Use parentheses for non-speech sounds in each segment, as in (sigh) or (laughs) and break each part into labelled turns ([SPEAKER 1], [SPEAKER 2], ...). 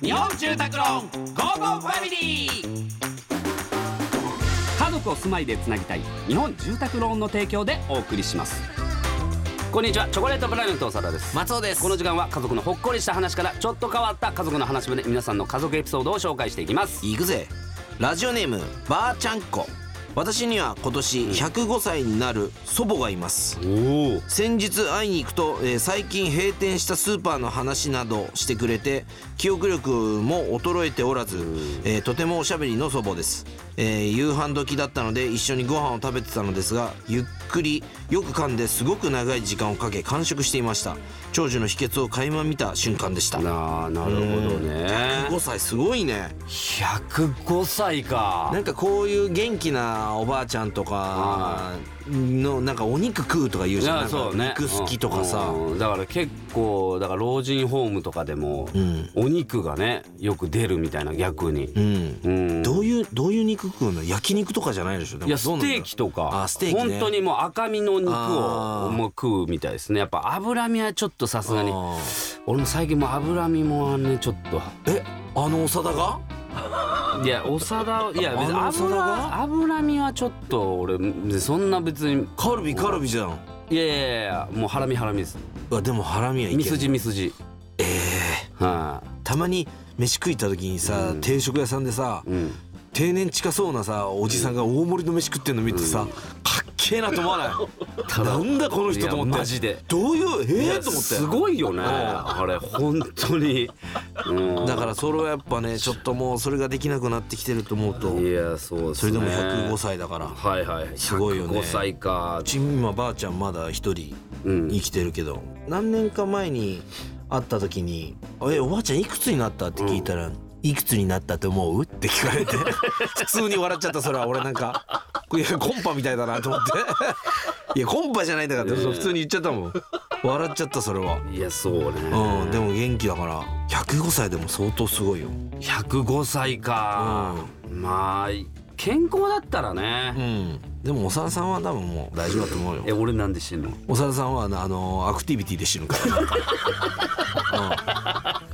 [SPEAKER 1] 日本住宅ローンゴーゴーファミリー家族を住まいでつなぎたい日本住宅ローンの提供でお送りしますこんにちはチョコレートプラネット長田です
[SPEAKER 2] 松尾です
[SPEAKER 1] この時間は家族のほっこりした話からちょっと変わった家族の話まで皆さんの家族エピソードを紹介していきます
[SPEAKER 2] 行くぜラジオネームばあちゃんこ私には今年105歳になる祖母がいます、
[SPEAKER 1] おお
[SPEAKER 2] 先日会いに行くと、えー最近閉店したスーパーの話などしてくれて記憶力も衰えておらず、えーとてもおしゃべりの祖母です、えー夕飯時だったので一緒にご飯を食べてたのですがゆっくりよく噛んですごく長い時間をかけ完食していました長寿の秘訣を垣間見た瞬間でした
[SPEAKER 1] なあなるほどね
[SPEAKER 2] 105歳すごいね
[SPEAKER 1] 105歳か
[SPEAKER 2] なんかこういう元気なおばあちゃんとかのなんかお肉食うとか言う
[SPEAKER 1] い
[SPEAKER 2] じゃんな
[SPEAKER 1] や
[SPEAKER 2] ん
[SPEAKER 1] そ
[SPEAKER 2] か
[SPEAKER 1] うね
[SPEAKER 2] 肉好きとかさ
[SPEAKER 1] うんうんだから結構だから老人ホームとかでも、
[SPEAKER 2] ん
[SPEAKER 1] お肉がねよく出るみたいな逆に
[SPEAKER 2] う、ん、
[SPEAKER 1] うん
[SPEAKER 2] どういうどういう肉食うの焼肉とかじゃないでしょでも
[SPEAKER 1] いやス
[SPEAKER 2] どうなんだろう
[SPEAKER 1] テーキとか
[SPEAKER 2] あステーキ、ね、
[SPEAKER 1] 本当にもう赤身の肉
[SPEAKER 2] あ
[SPEAKER 1] を
[SPEAKER 2] ー
[SPEAKER 1] もう食うみたいですねやっぱ脂身はちょっとさすがに
[SPEAKER 2] あ
[SPEAKER 1] 俺も最近もう脂身もねちょっと
[SPEAKER 2] ーえあの長田が
[SPEAKER 1] いやおさだいや別に
[SPEAKER 2] あの長田
[SPEAKER 1] 脂
[SPEAKER 2] が
[SPEAKER 1] 脂身はちょっと俺そんな別に
[SPEAKER 2] カルビカルビじゃん
[SPEAKER 1] いやいやいやもうハラミハラミです
[SPEAKER 2] うわでもハラミはい
[SPEAKER 1] ミ
[SPEAKER 2] け
[SPEAKER 1] ス
[SPEAKER 2] る
[SPEAKER 1] ジミスジええは
[SPEAKER 2] たまに飯食い行った時にさ、定食屋さんでさ、
[SPEAKER 1] いうん
[SPEAKER 2] 定年近そうなさおじさんが大盛りの飯食ってんの見てさ、かっけえなと思わないなんだこの人と思っ
[SPEAKER 1] い
[SPEAKER 2] て
[SPEAKER 1] やマジで
[SPEAKER 2] どういう
[SPEAKER 1] い
[SPEAKER 2] ええ
[SPEAKER 1] や
[SPEAKER 2] と思って
[SPEAKER 1] すごいよねあれ本当にうん
[SPEAKER 2] だからそれはやっぱねちょっともうそれができなくなってきてると思うと
[SPEAKER 1] いやそうです
[SPEAKER 2] そ
[SPEAKER 1] ね
[SPEAKER 2] れでも105歳だから
[SPEAKER 1] はいはい
[SPEAKER 2] すごいよね
[SPEAKER 1] 105歳か
[SPEAKER 2] うち今ばあちゃんまだ一人
[SPEAKER 1] うん
[SPEAKER 2] 生きてるけど何年か前に会った時に「えおばあちゃんいくつになった?」って聞いたら「いくつになったと思う?」って聞かれて普通に笑っちゃったそれは俺なんかいやコンパみたいだなと思っていやコンパじゃないんだからって普通に言っちゃったもん笑っちゃったそれはい
[SPEAKER 1] やそうね
[SPEAKER 2] うんでも元気だから105歳でも相当すごいよ
[SPEAKER 1] 105歳かまあ健康だったら
[SPEAKER 2] う
[SPEAKER 1] ね
[SPEAKER 2] んでもおさらさんは多分もう大丈夫だと思うよ
[SPEAKER 1] え俺なんでしてんの
[SPEAKER 2] おさらさんはなあのアクティビティで死ぬ
[SPEAKER 1] (laughs)
[SPEAKER 2] から、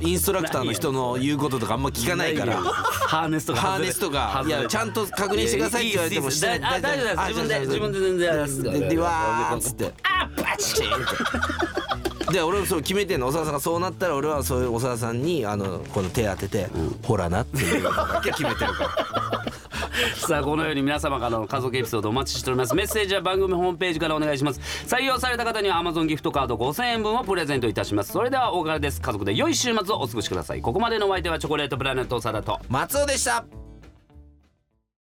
[SPEAKER 2] うん、インストラクターの人の言うこととかあんま聞かないから
[SPEAKER 1] ハーネスとか
[SPEAKER 2] ハーネスとかいやちゃんと確認してくださいって言われてもして
[SPEAKER 1] いやいいですいいですあ大丈夫です自分で自分で全然やります
[SPEAKER 2] ででわーっつってあバチンで俺もそう決めてんのおさらさんがそうなったら俺はそういうおさらさんにあのこの手当てて、ほらなっていう
[SPEAKER 1] (laughs)
[SPEAKER 2] のだけ決めてるから
[SPEAKER 1] さあこのように皆様からの家族エピソードお待ちしておりますメッセージは番組ホームページからお願いします採用された方には Amazon ギフトカード5000円分をプレゼントいたしますそれではお別れです家族で良い週末をお過ごしくださいここまでのお相手はチョコレートプラネット長田と
[SPEAKER 2] 松尾でした